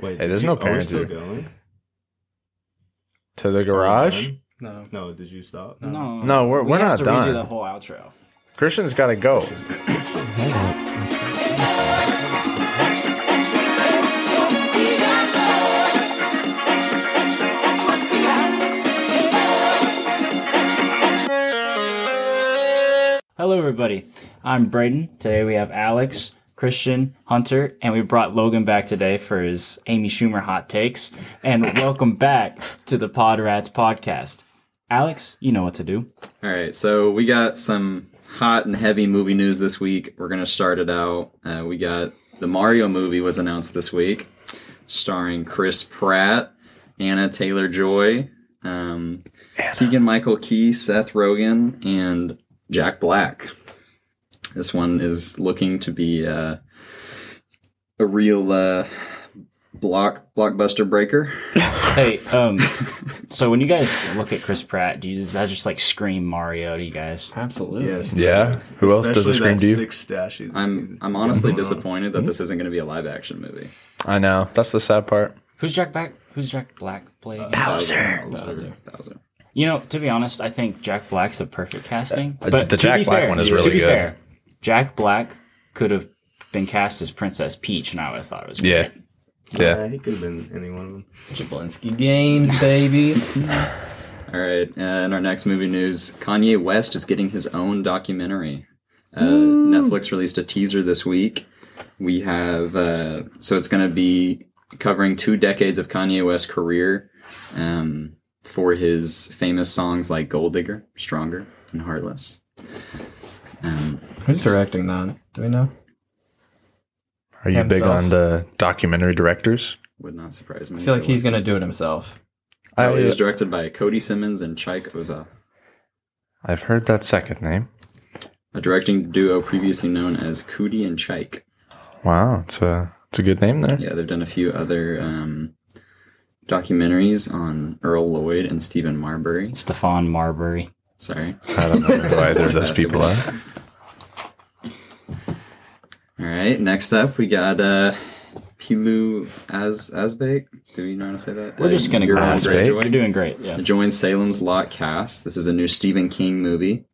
Wait, Hey, there's you- no are we parents still here. going? to the garage. Done? No, No, did you stop? no, No, we're- We we're have not to done. Redo the whole outro. Christian's got to go. Hello, everybody. I'm Braden. Today we have Alex, Christian, Hunter, and we brought Logan back today for his Amy Schumer hot takes. And welcome back to the Pod Rats podcast. Alex, you know what to do. All right, so we got some hot and heavy movie news this week. We're gonna start it out. Uh, we got the Mario movie was announced this week, starring Chris Pratt, Anna Taylor Joy, um, Keegan Michael Key, Seth Rogen, and Jack Black. This one is looking to be uh, a real uh, block blockbuster breaker. Hey, um, so when you guys look at Chris Pratt, do you, does that just like scream Mario to you guys? Absolutely. Yes. Yeah. Who else does Especially it scream that to you? Six stash he's- I'm I'm he's honestly going on. Hmm? disappointed that this isn't going to be a live action movie. I know. That's the sad part. Who's Jack Black? Who's Jack Black playing? Uh, Bowser. Bowser. Bowser. You know, to be honest, I think Jack Black's the perfect casting. Uh, But the to Jack be Black fair- one is to really be good. fair, Jack Black could have been cast as Princess Peach, and I would have thought it was great. Yeah. Yeah. Yeah, he could have been any one of them. Jablinski Games, baby. All right. Uh, in our next movie news, Kanye West is getting his own documentary. Uh, Netflix released a teaser this week. We have, uh, so it's going to be covering two decades of Kanye West's career um, for his famous songs like Gold Digger, Stronger, and Heartless. Um, Who's directing that? do we know? Are you big Himself. on the documentary directors? Would not surprise me. I feel like if it he's was- gonna do it himself. Uh, it I, was directed by Cody Simmons and Chike Oza, I've heard that second name. a directing duo previously known as Cootie and Chike. Wow. It's a, it's a good name there. Yeah, they've done a few other um, documentaries on Earl Lloyd and Stephen Marbury. Stefan Marbury. Sorry. I don't know who either of those people are. All right, next up we got uh, Pilu As Asbake. Do you know how to say that? We're Uh, just gonna go Ural with Greyjoy. Asbake. You're doing great. Yeah. Join Salem's Lot cast. This is a new Stephen King movie.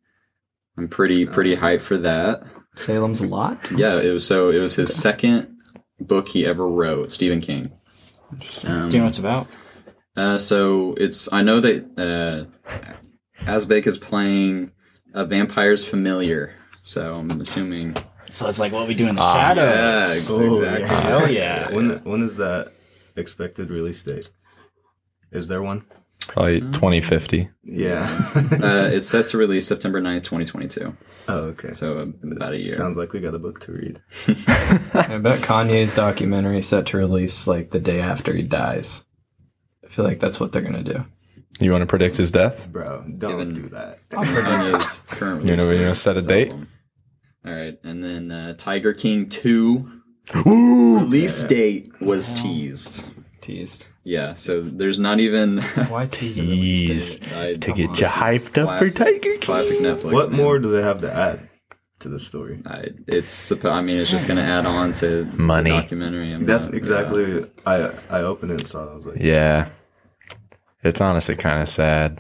I'm pretty pretty Uh, hyped for that. Salem's Lot. Yeah, it was so it was his second book he ever wrote, Stephen King. Um, Do you know what it's about? uh, so it's I know that uh, Asbake is playing a vampire's familiar, so I'm assuming. So it's like what we do in the Yeah, shadows. ex- Oh, exactly. yeah. Hell yeah. When when is that expected release date? Is there one? Probably Mm-hmm. 2050. Yeah. Uh, it's set to release September 9th, 2022. oh, okay. So about a year. Sounds like we got a book to read. I bet Kanye's documentary is set to release like the day after he dies. I feel like that's what they're gonna do. You want to predict his death? Bro, don't Even- do that. Kanye's current You know, release we're gonna date set a is date? album. All right, and then uh, Tiger King 2 Ooh! release date was teased. Teased. Yeah, so there's not even Why tease? a release Tease date? I- to come on, get you this is hyped up for classic- Tiger King. Classic Netflix. what man. more do they have to add to the story? I, it's. suppo- I mean, it's just gonna add on to the Money. documentary. I'm That's not- exactly I I opened it and saw it. I was like, Yeah. It's honestly kind of sad.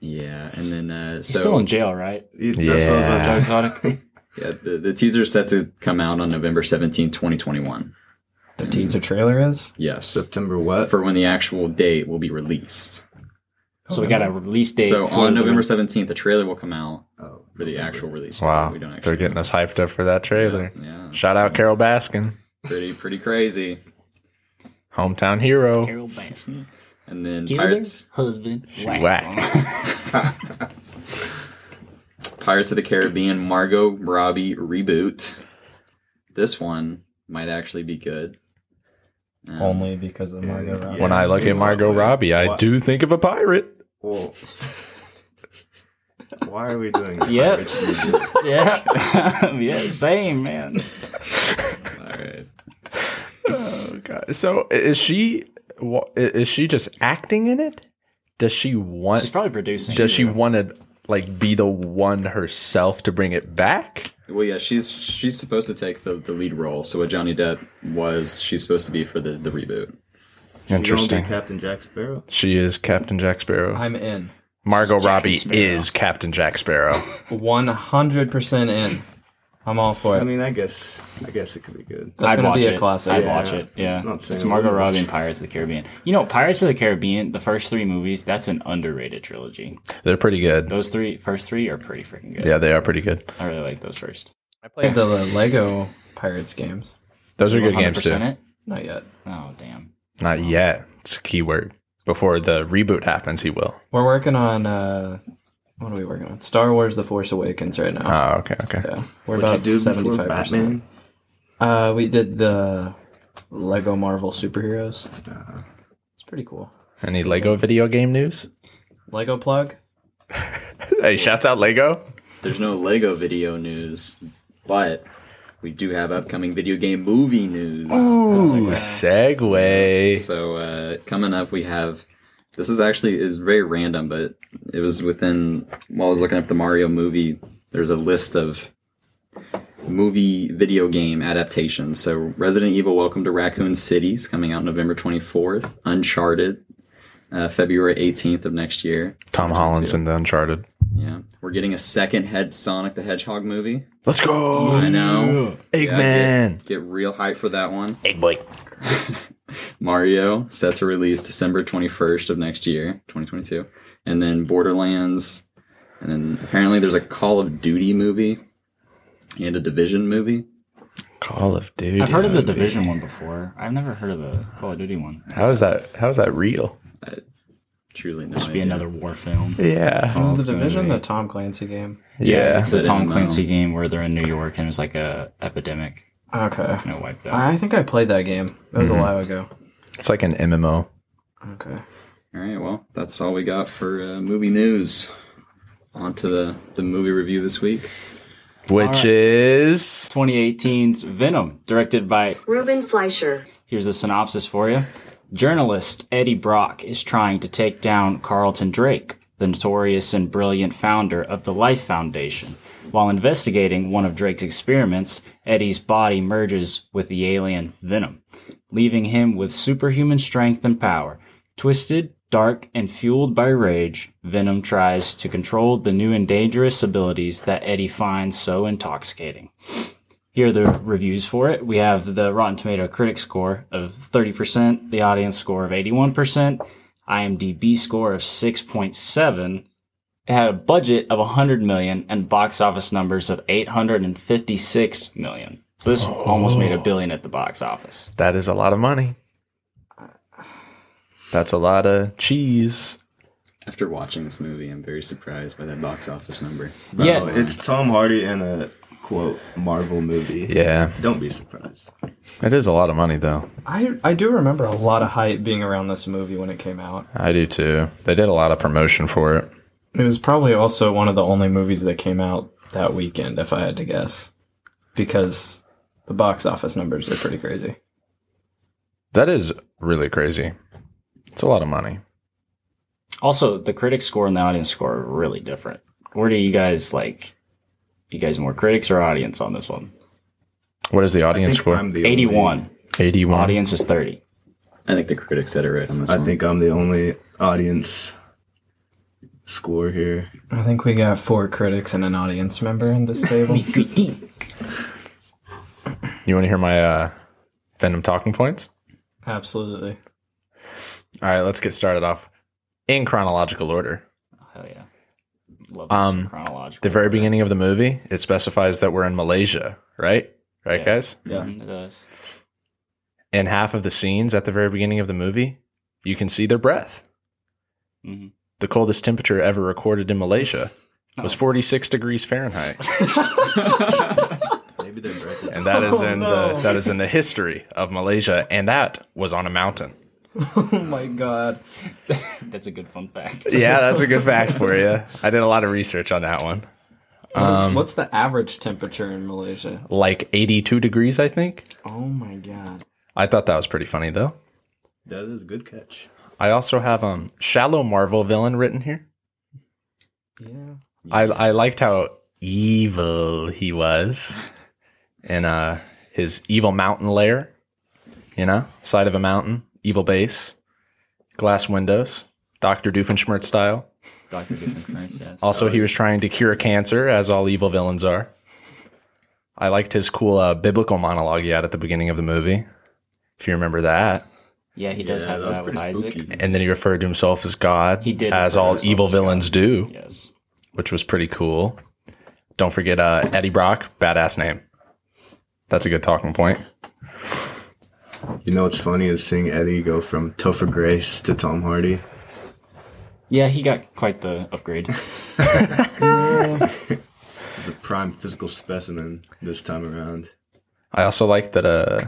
Yeah, Yeah, and then uh, He's so still in jail, right? "That's Yeah. what I Joe was like, Exotic. yeah, the, the teaser is set to come out on November 17, twenty twenty one. The teaser trailer is. Yes, September what? for when the actual date will be released. So we got a release date. so for on the- November seventeenth, the trailer will come out oh, for the actual release. date. Wow. we don't They're actually. getting us hyped up for that trailer. Yeah, Shout it's out Carol Baskin, Pretty pretty crazy. hometown hero. Carol Baskin. And then Killer, Pirates husband. whack. Whack. Pirates of the Caribbean Margot Robbie reboot. This one might actually be good. Um, Only because of Margot Yeah. Robbie. When I look at Margot Robbie, I do think of a pirate. Well, why are we doing that? Yep. It's- Yeah. yeah. Same man. All right. Oh, God. So i- is she? wa- i- Is she just acting in it? Does she She's want? probably producing. Does she want to like be the one herself to bring it back? Well, yeah, she's she's supposed to take the, the lead role. So what Johnny Depp was, she's supposed to be for the, the reboot. Interesting. You gonna be Captain Jack Sparrow. She is Captain Jack Sparrow. I'm in. Margot Robbie Sparrow. is Captain Jack Sparrow. 100% in. I'm all for it. I mean, I guess I guess it could be good. That's I'd gonna watch be a it. classic. I'd Yeah. watch it. Yeah, Not saying it's Margot I wouldn't. Robbie and Pirates of the Caribbean. You know, Pirates of the Caribbean, the first three movies, that's an underrated trilogy. They're pretty good. Those three, first three, are pretty freaking good. Yeah, they are pretty good. I really like those first. I played the Lego Pirates games. Those are good games too. 100% It? Not yet. Oh damn! Not yet. It's a keyword. Before the reboot happens, he will. We're working on uh what are we working on? Star Wars The Force Awakens right now. Oh, okay, okay. yeah. We're What about you do seventy before five percent. Batman? Uh we did the Lego Marvel superheroes. It's pretty cool. Any Lego video game news? Lego plug? Hey, shouts out Lego. There's no Lego video news, but we do have upcoming video game movie news. Ooh, segue. So uh, coming up, we have this is actually is very random, but it was within while I was looking up the Mario movie. There's a list of movie video game adaptations. So Resident Evil: Welcome to Raccoon City is coming out November 24th. Uncharted, uh, February 18th of next year. Tom Holland's in the Uncharted. Yeah, we're getting a second head Sonic the Hedgehog movie. Let's go, I know. Yeah, Eggman, Get, get real hype for that one. Egg Boy. Mario set to release December 21st of next year, 2022. And then Borderlands. And then apparently there's a Call of Duty movie and a Division movie. Call of Duty. I've heard of the movie. Division one before. I've never heard of the Call of Duty one. How is that? How is that real? Truly, no This would be idea. another war film. Yeah, Is it's the gonna division be- the Tom Clancy game? yeah. it's- It's the I didn't Tom know. Clancy game where they're in New York and it's like a epidemic. Okay. No wiped out. I think I played that game. It was a while ago. It's like an MMO. Okay. All right, well, that's all we got for uh, movie news. On to the, the movie review this week. which is 2018's Venom, directed by Ruben Fleischer. Here's the synopsis for you. Journalist Eddie Brock is trying to take down Carlton Drake, the notorious and brilliant founder of the Life Foundation. While investigating one of Drake's experiments, Eddie's body merges with the alien Venom, leaving him with superhuman strength and power. Twisted, dark, and fueled by rage, Venom tries to control the new and dangerous abilities that Eddie finds so intoxicating here are the reviews for it. We have the Rotten Tomato critic score of 30%, the audience score of 81%, IMDb score of 6.7. It had a budget of 100 million and box office numbers of 856 million. So this almost made a billion at the box office. that is a lot of money. That's a lot of cheese. After watching this movie, I'm very surprised by that box office number. yeah, Oh, it's Tom Hardy in a quote Marvel movie. Yeah, Don't be surprised. it is a lot of money though. I I do remember a lot of hype being around this movie when it came out. I do too. They did a lot of promotion for it. It was probably also one of the only movies that came out that weekend, if I had to guess, because the box office numbers are pretty crazy. That is really crazy. It's a lot of money. also the critic score and the audience score are really different. Where do you guys like you guys more critics or audience on this one? What is the I audience think score? I'm the only- 81. 81. Audience is 30. I think the critics said it right on this I one. think I'm the only audience score here. I think we got four critics and an audience member in this table. You want to hear my uh, Venom talking points? Absolutely. All right, let's get started off in chronological order. Hell yeah. Love Um, this chronological. The very beginning of the movie, it specifies that we're in Malaysia, right? Right, Yeah. guys? Yeah. Mhm, it does. In half of the scenes at the very beginning of the movie, you can see their breath. Mm-hmm. Mhm. The coldest temperature ever recorded in Malaysia was Oh. 46 degrees Fahrenheit, Oh Maybe they're breaking. and that is in no. the that is in the history of Malaysia, and that was on a mountain. Oh my god. That's a good fun fact. Yeah, that's a good fact for you. I did a lot of research on that one. What's the average temperature in Malaysia? Like 82 degrees, I think. Oh my god. I thought that was pretty funny though. That is a good catch. I also have um shallow Marvel villain written here. Yeah. I I liked how evil he was in uh his evil mountain lair, you know, side of a mountain, evil base. glass windows, Dr. Doofenshmirtz style. Dr. Doofenshmirtz, yes. Also, he was trying to cure cancer, as all evil villains are. I liked his cool uh, biblical monologue he had at the beginning of the movie, if you remember that. Yeah, he does have that with Isaac. And then he referred to himself as God, He did as refer to all himself evil as God. villains do, Yes. which was pretty cool. Don't forget uh, Eddie Brock, badass name. That's a good talking point. You know what's funny is seeing Eddie go from Topher Grace to Tom Hardy. Yeah, he got quite the upgrade. He's a prime physical specimen this time around. I also like that uh,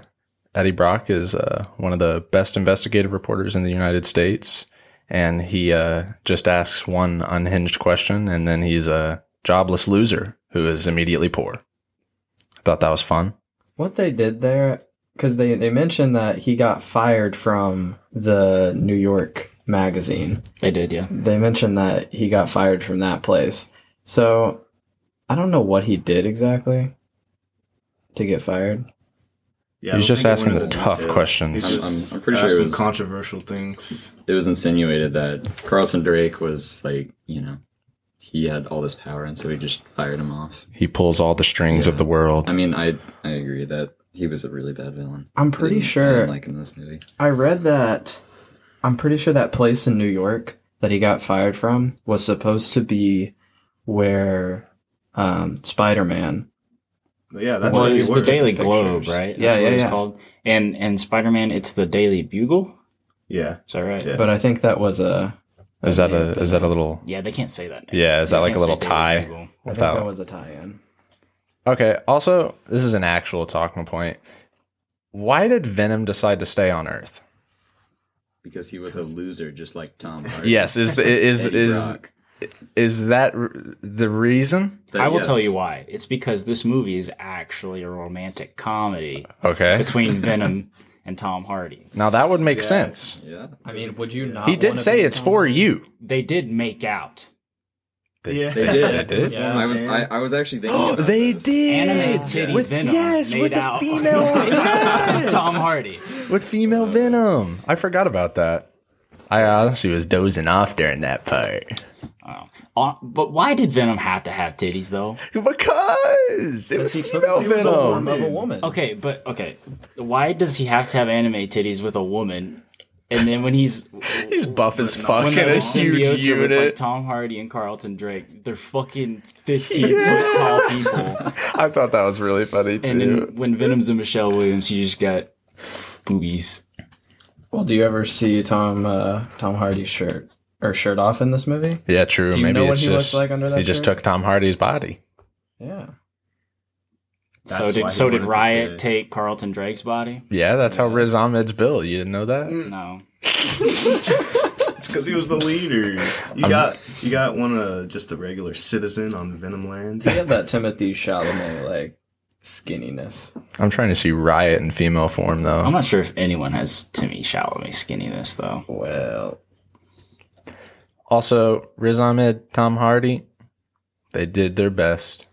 Eddie Brock is uh, one of the best investigative reporters in the United States, and he uh, just asks one unhinged question, and then he's a jobless loser who is immediately poor. I thought that was fun. What they did there, because they, they mentioned that he got fired from the New York magazine. they did, yeah. They mentioned that he got fired from that place. So I don't know what he did exactly to get fired. Yeah, I He's don't just think I asking wanted the to tough detail. questions. He's I'm- just I'm pretty sure it asking was- controversial things. It was insinuated that Carlson Drake was like, you know, he had all this power, and so he just fired him off. He pulls all the strings of the world. I mean, I I agree that he was a really bad villain. I'm I pretty didn't- I sure- didn't like him in this movie. I read that. I'm pretty sure that place in New York that he got fired from was supposed to be where um, Spider Man. But yeah, that's well, where he it's the worked. Daily Pictures. Globe, right? Yeah, what yeah, it's yeah. called. And and Spider Man, it's the Daily Bugle. Yeah, Is that right? Yeah. But I think that was a. Is that a is that a little Yeah, they can't say that. Now. yeah? Is that They like a can't little say tie? Daily Bugle. I think Without- that was a tie-in. Okay. Also, this is an actual talking point. Why did Venom decide to stay on Earth? Because he was a loser, just like Tom Hardy. Yes, is the, is Eddie is Brock. is that r- the reason? That- I will yes. tell you why. It's because this movie is actually a romantic comedy Okay. between Venom and Tom Hardy. Now that would make sense. Yeah. I mean, would you not? He did say it's for you. They did make out. Yeah. They did. They did? I was I, I was actually thinking. about They this. did Animated titty with Venom yes made with the out. female yes! Tom Hardy. with female Venom. I forgot about that. I honestly was dozing off during that part Oh. Uh, but why did Venom have to have titties though? because it was He took female it was a Venom. form of a woman. Okay, but okay. Why does he have to have anime titties with a woman? And then when he's He's buff as fuck when in a the huge symbiotes are with like unit. Tom Hardy and Carlton Drake, they're fucking fifteen foot tall people. I thought that was really funny And too. then when Venom's and Michelle Williams, you just got boobies. Well, do you ever see Tom uh, Tom Hardy's shirt or shirt off in this movie? Yeah, true. Do you Maybe know what it's he looks just like under he that just shirt? took Tom Hardy's body. Yeah. That's so why did he so did wanted to Riot stay. take Carlton Drake's body? Yeah, that's how Riz Ahmed's built. You didn't know that? No. It's because he was the leader. You got you got one uh, just a regular citizen on Venom Land. He had that Timothy Chalamet like skinniness. I'm trying to see Riot in female form though. I'm not sure if anyone has Timmy Chalamet skinniness though. Well, Also, Riz Ahmed, Tom Hardy, they did their best.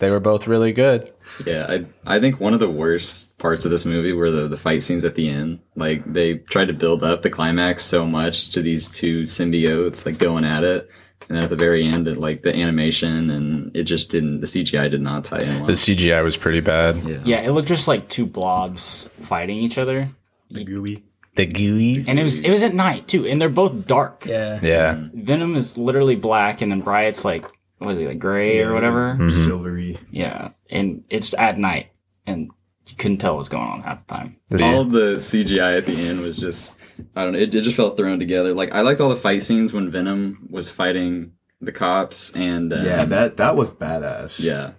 They were both really good. Yeah, I I think one of the worst parts of this movie were the, the fight scenes at the end. Like they tried to build up the climax so much to these two symbiotes like going at it, and then at the very end, it, like the animation and it just didn't. The CGI did not tie in well. The CGI was pretty bad. Yeah, it looked just like two blobs fighting each other. The gooey. The gooey. And it was it was at night too, and they're both dark. yeah. Yeah. Venom is literally black, and then Riot's like, what is he, like gray or whatever? Mm-hmm. Mm-hmm. Silvery. Yeah. And it's at night, and you couldn't tell what was going on half the time. Yeah. All of the CGI at the end was just I don't know. It, it just felt thrown together. Like I liked all the fight scenes when Venom was fighting the cops and um, Yeah, that that was badass. Yeah.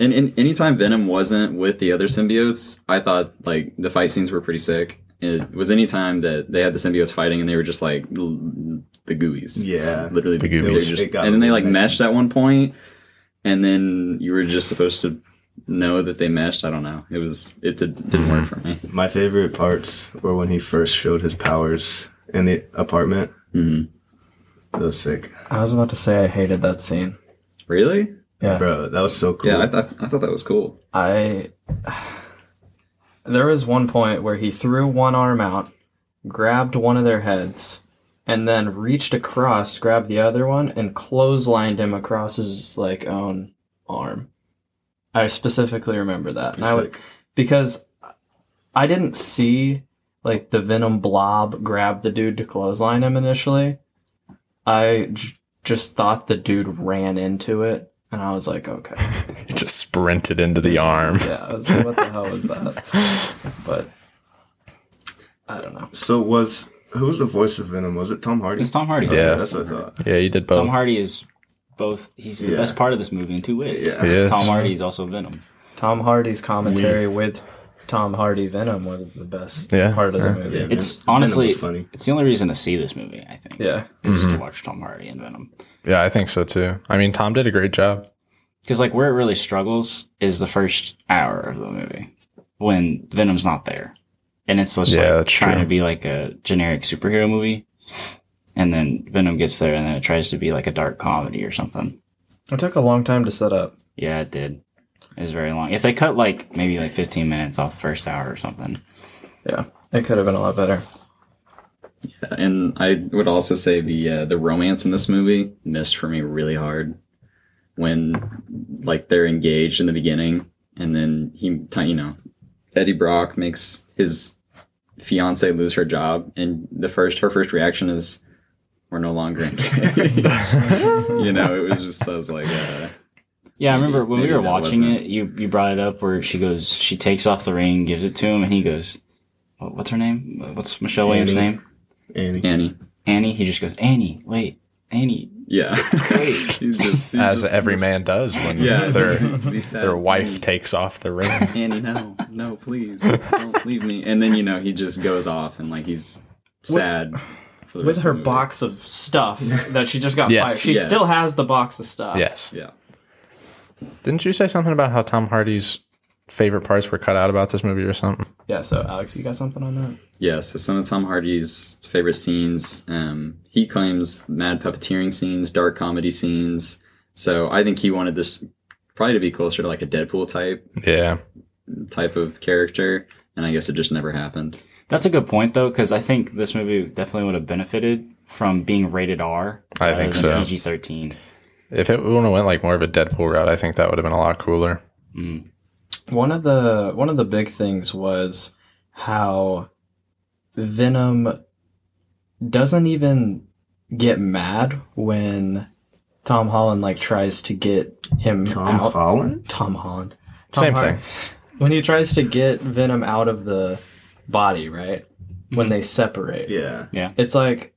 And, and anytime Venom wasn't with the other symbiotes, I thought like the fight scenes were pretty sick. It was any time that they had the symbiotes fighting and they were just like l- the gooies. Yeah. Literally the gooies. It got and then they a like little meshed at one point and then you were just supposed to know that they meshed. I don't know. It was it did, didn't work for me. My favorite parts were when he first showed his powers in the apartment. Mm-hmm. That was sick, I was about to say I hated that scene. Really? Yeah. bro. That was so cool. Yeah, I, th- I thought that was cool. I there was one point where he threw one arm out grabbed one of their heads, and then reached across, grabbed the other one, and clotheslined him across his like own arm. I specifically remember that. And I w- Sick. because I didn't see like the venom blob grab the dude to clothesline him initially. I j- just thought the dude ran into it, and I was like, okay, It just sprinted into the arm. yeah, I was like, what the hell was that? But I don't know. So was who was the voice of Venom? Was it Tom Hardy? It's Tom Hardy. Okay, Yeah. that's what I thought. Yeah, you did both. Tom Hardy is both. He's the Yeah. best part of this movie in two ways. Yeah. He Because is. Tom Hardy is also Venom. Tom Hardy's commentary with Tom Hardy Venom was the best Yeah, part of the yeah. movie. Yeah. It's Venom honestly, was funny. it's the only reason to see this movie. I think. Yeah. Is to watch Tom Hardy and Venom. Yeah, I think so too. I mean, Tom did a great job. Because like where it really struggles is the first hour of the movie when Venom's not there, and it's just Yeah, like that's trying true. to be like a generic superhero movie, and then Venom gets there, and then it tries to be like a dark comedy or something. It took a long time to set up. Yeah, it did. It was very long. If they cut like maybe like 15 minutes off the first hour or something, Yeah. It could have been a lot better. and I would also say the uh, the romance in this movie missed for me really hard when like they're engaged in the beginning and then he ti- you know Eddie Brock makes his fiance lose her job and the first her first reaction is we're no longer engaged. you know it was just I was like uh, Yeah, I Maybe- remember when we maybe were that watching wasn't- it, you you brought it up where she goes, she takes off the ring, gives it to him, and he goes, what- "What's her name? What's Michelle Williams' Annie. name?" Annie. Annie Annie. He just goes, "Annie, wait, Annie." yeah he's just he's As just- every man does when yeah their he's- he's sad. their wife Annie. takes off the ring. Annie, no, no, please, don't leave me. And then you know he just goes off and like he's sad for the rest With of her the movie. box of stuff that she just got Yes. fired. She Yes. still has the box of stuff. Yes. Yeah, Didn't you say something about how Tom Hardy's favorite parts were cut out about this movie or something? Yeah, so Alex, you got something on that? yeah. So some of Tom Hardy's favorite scenes. Um, he claims mad puppeteering scenes, dark comedy scenes. So I think he wanted this probably to be closer to like a Deadpool type Yeah. type of character, and I guess it just never happened. That's a good point though, because I think this movie definitely would have benefited from being rated R. I think so. PG thirteen. If it would have went like more of a Deadpool route, I think that would have been a lot cooler. Mm. One of the one of the big things was how Venom doesn't even get mad when Tom Holland like tries to get him Tom out. Holland? Tom Holland. Tom Same Hardy. When he tries to get Venom out of the body, right? When they separate. Yeah. It's like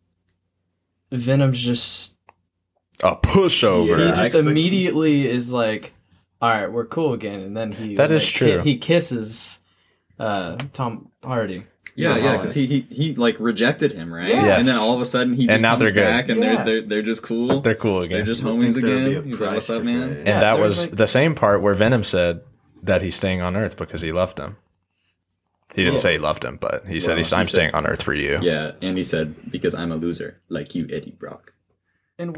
Venom's just A pushover. he Yeah. I just expect- immediately is like, "All right, we're cool again," and then he That like, is true. ki- He kisses uh, Tom Hardy. Yeah, Tom yeah, Holland. because he, he he like rejected him, right? Yes. And then all of a sudden he just And now they're comes good. back and they're, Yeah. they're they're just cool. They're cool again. They're just I homies think there'd be a again. He's like, price "What's up, to man?" pay. and Yeah, that there was, was like- the same part where Venom said that he's staying on Earth because he left him. He didn't Yeah. say he left him, but he Well, said he's he I'm said- staying on Earth for you. Yeah, and he said, "Because I'm a loser, like you, Eddie Brock." And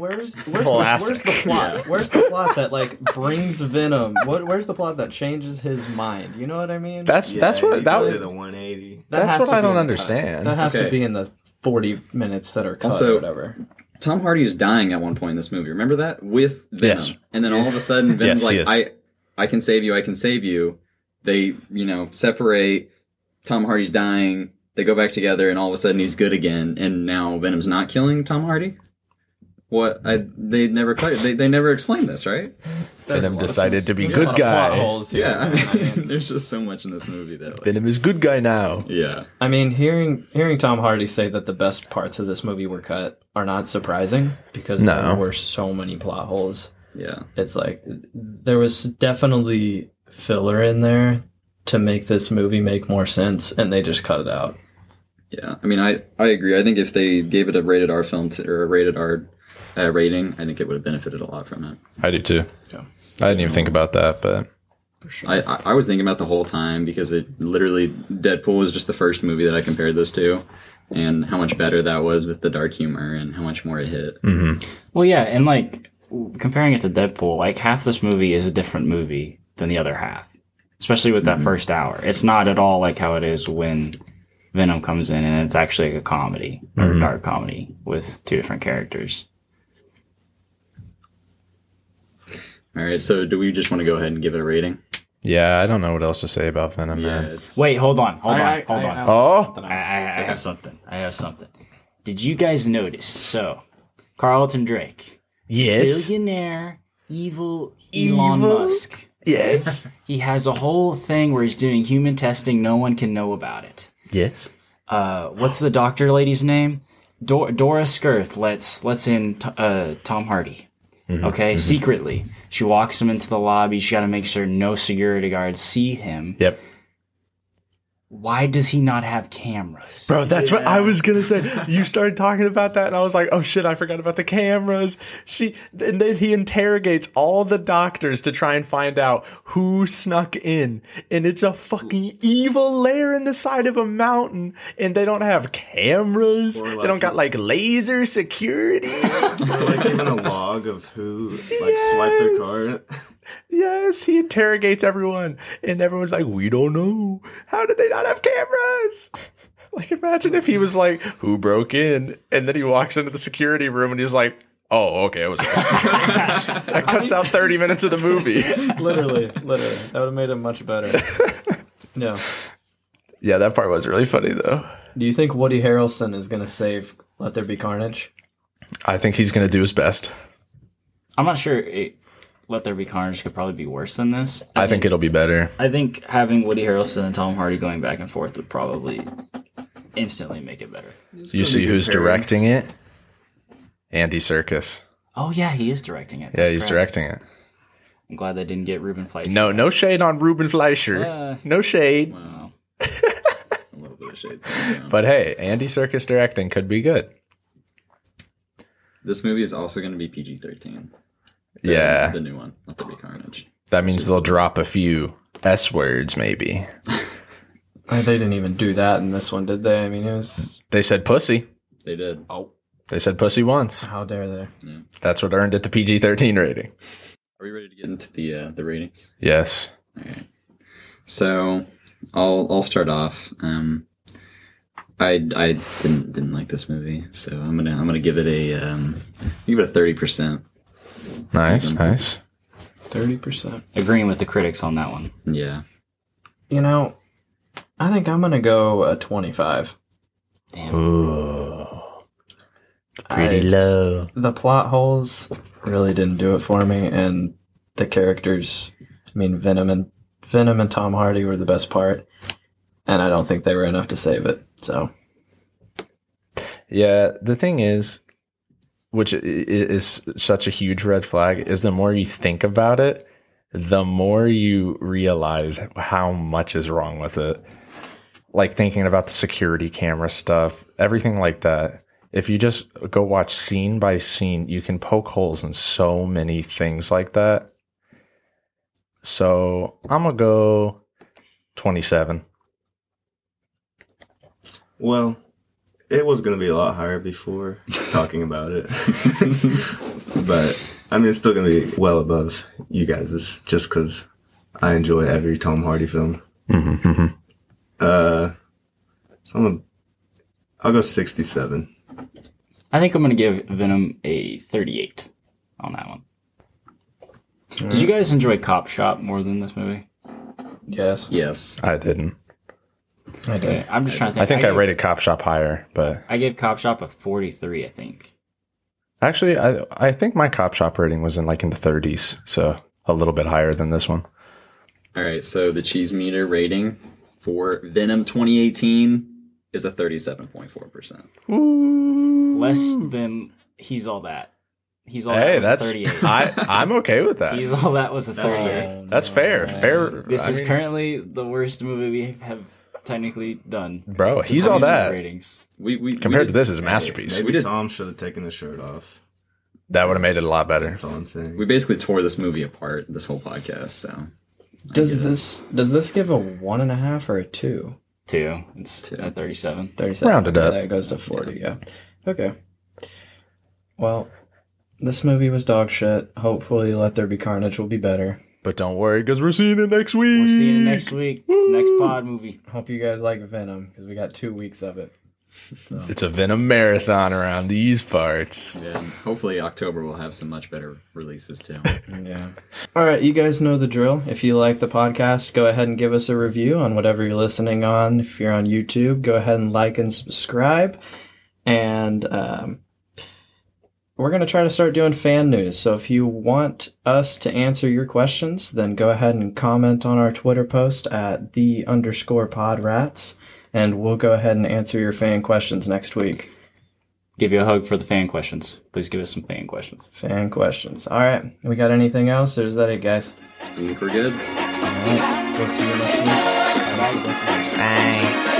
where's where's the, where's Classic. the plot? Yeah. Where's the plot that like brings Venom? What where's the plot that changes his mind? You know what I mean? That's that's Yeah, what he that did was, the 180. That that's has what to I be in don't the cut. understand. That has to Okay. be in the forty minutes that are cut Also- or whatever. Tom Hardy is dying at one point in this movie. Remember that with Venom, Yes. and then all of a sudden Venom's Yes, he like, is. "I, I can save you. I can save you." They, you know, separate. Tom Hardy's dying. They go back together, and all of a sudden he's good again. And now Venom's not killing Tom Hardy. What I they never cla- they they never explained this, right? There's a Venom lot- decided to be there's a lot good of plot guy. holes here, Yeah, man. I mean, there's just so much in this movie that, like, Venom is good guy now. yeah, I mean, hearing hearing Tom Hardy say that the best parts of this movie were cut are not surprising because No. there were so many plot holes. yeah. It's like there was definitely filler in there to make this movie make more sense, and they just cut it out. Yeah, I mean, I I agree. I think if they gave it a rated R film to, or a rated R uh, rating, I think it would have benefited a lot from it. I do too. Yeah. I didn't even think about that, but I, I I was thinking about the whole time because it literally Deadpool was just the first movie that I compared this to, and how much better that was with the dark humor and how much more it hit. Well, yeah, and like w- comparing it to Deadpool, like half this movie is a different Mm-hmm. movie than the other half, especially with that first hour. It's not at all like how it is when Venom comes in and it's actually a comedy or Mm-hmm. a dark comedy with two different characters. All right, so do we just want to go ahead and give it a rating? Uh, Yeah, I don't know what else to say about Venom, man. it's- Wait, hold on, hold I- I- on, hold I- on. I- Oh, Something I, else. I, I have something. I have something. Did you guys notice? So, Carlton Drake, yes, billionaire, evil, Elon Evil? Musk. yes, He has a whole thing where he's doing human testing. No one can know about it. yes. Uh, what's the doctor lady's name? Dor- Dora Skirth lets lets in t- uh, Tom Hardy. Okay, secretly she walks him into the lobby. She got to make sure no security guards see him. Yep. Why does he not have cameras? Bro, that's what I was gonna say. You started talking about that, and I was like, "Oh shit, I forgot about the cameras." She and then he interrogates all the doctors to try and find out who snuck in, and it's a fucking evil lair in the side of a mountain, and they don't have cameras. Or like- they don't got like laser security. Or like even a log of who like swiped their Yes. card. yes, he interrogates everyone, and everyone's like, "We don't know. How did they not have cameras?" Like, imagine if he was like, "Who broke in?" and then he walks into the security room and he's like, "Oh, okay, it was." that cuts out thirty minutes of the movie. literally, literally. That would have made it much better. No. yeah, that part was really funny though. Do you think Woody Harrelson is going to save Let There Be Carnage? I think he's gonna do his best. I'm not sure. It, Let there be carnage could probably be worse than this. I think it'll be better. I think having Woody Harrelson and Tom Hardy going back and forth would probably instantly make it better. You see who's directing it? Andy Circus. Oh yeah, he is directing it. Yeah, That's he's correct. directing it. I'm glad they didn't get Ruben Fleischer. No, no shade on Ruben Fleischer. Uh. no shade. Wow. a little bit of shade. But hey, Andy Circus directing could be good. This movie is also going to be PG thirteen. Yeah, the new one, not the Carnage. that means they'll drop a few S words, maybe. Uh, They didn't even do that in this one, did they? I mean, it was. They said pussy. They did. Oh. They said pussy once. How dare they? That's what earned it the PG 13 rating. Are we ready to get into the uh, the ratings? Yes. So, I'll I'll start off. Um, I I didn't didn't like this movie, so I'm gonna I'm gonna give it a um, give it a thirty percent. Nice, nice. 30%. agreeing with the critics on that one. Yeah, You know, I think I'm going to go a 25. Damn. I- low. The plot holes really didn't do it for me, and the characters. I mean, Venom and Venom and Tom Hardy were the best part, and I don't think they were enough to save it. So Yeah, the thing is, which i- i- is such a huge red flag, is the more you think about it, the more you realize how much is wrong with it. Like thinking about the security camera stuff, everything like that. If you just go watch scene by scene, you can poke holes in so many things like that. So I'm going to go 27. Well, it was gonna be a lot higher before talking about it, but I mean it's still gonna be well above you guys's just because I enjoy every Tom Hardy film. Uh, so I'm gonna, I'll go sixty-seven. I think I'm gonna give Venom a 38 on that one. Did you guys enjoy Cop Shop more than this movie? yes, yes. I didn't. I did. Okay, I'm just trying to think. I think I gave- rated Cop Shop higher, but. I gave Cop Shop a 43. I think. Actually, I I think my cop shop rating was in like in the 30s, so a little bit higher than this one. All right, so the cheese meter rating for Venom 2018 is a 37.4 percent. Less than he's all that. He's all hey, that was that's 38. I I'm okay with that. he's all that was a 38. that's fair. Fair. This I is mean, currently the worst movie we have technically done. bro. He's all that Ratings. We we we compared to did- this is a masterpiece. Maybe did- Tom should have taken the shirt off. That would have made it a lot better. That's all I'm saying. We basically tore this movie apart. This whole podcast. So Does this does this give a one and a half or a two? Two. It's at 37. 37. Round it Okay, up. That goes to 40, yeah. Okay. Well, this movie was dog shit. Hopefully, Let There Be Carnage will be better. But don't worry, because we're seeing it next week. We'll see you next week. It's the next pod movie. Hope you guys like Venom because we got two weeks of it. It's a Venom marathon around these parts. Yeah, and hopefully October will have some much better releases too. Yeah. All right, you guys know the drill. If you like the podcast, go ahead and give us a review on whatever you're listening on. If you're on YouTube, go ahead and like and subscribe. And um, we're going to try to start doing fan news. So if you want us to answer your questions, then go ahead and comment on our Twitter post at the underscore pod rats. And we'll go ahead and answer your fan questions next week. Give you a hug for the fan questions. Please give us some fan questions. Fan questions. All right. We got anything else? Or is that it, guys? I think we're good. All right. We'll see you next week. Thanks for listening. Bye.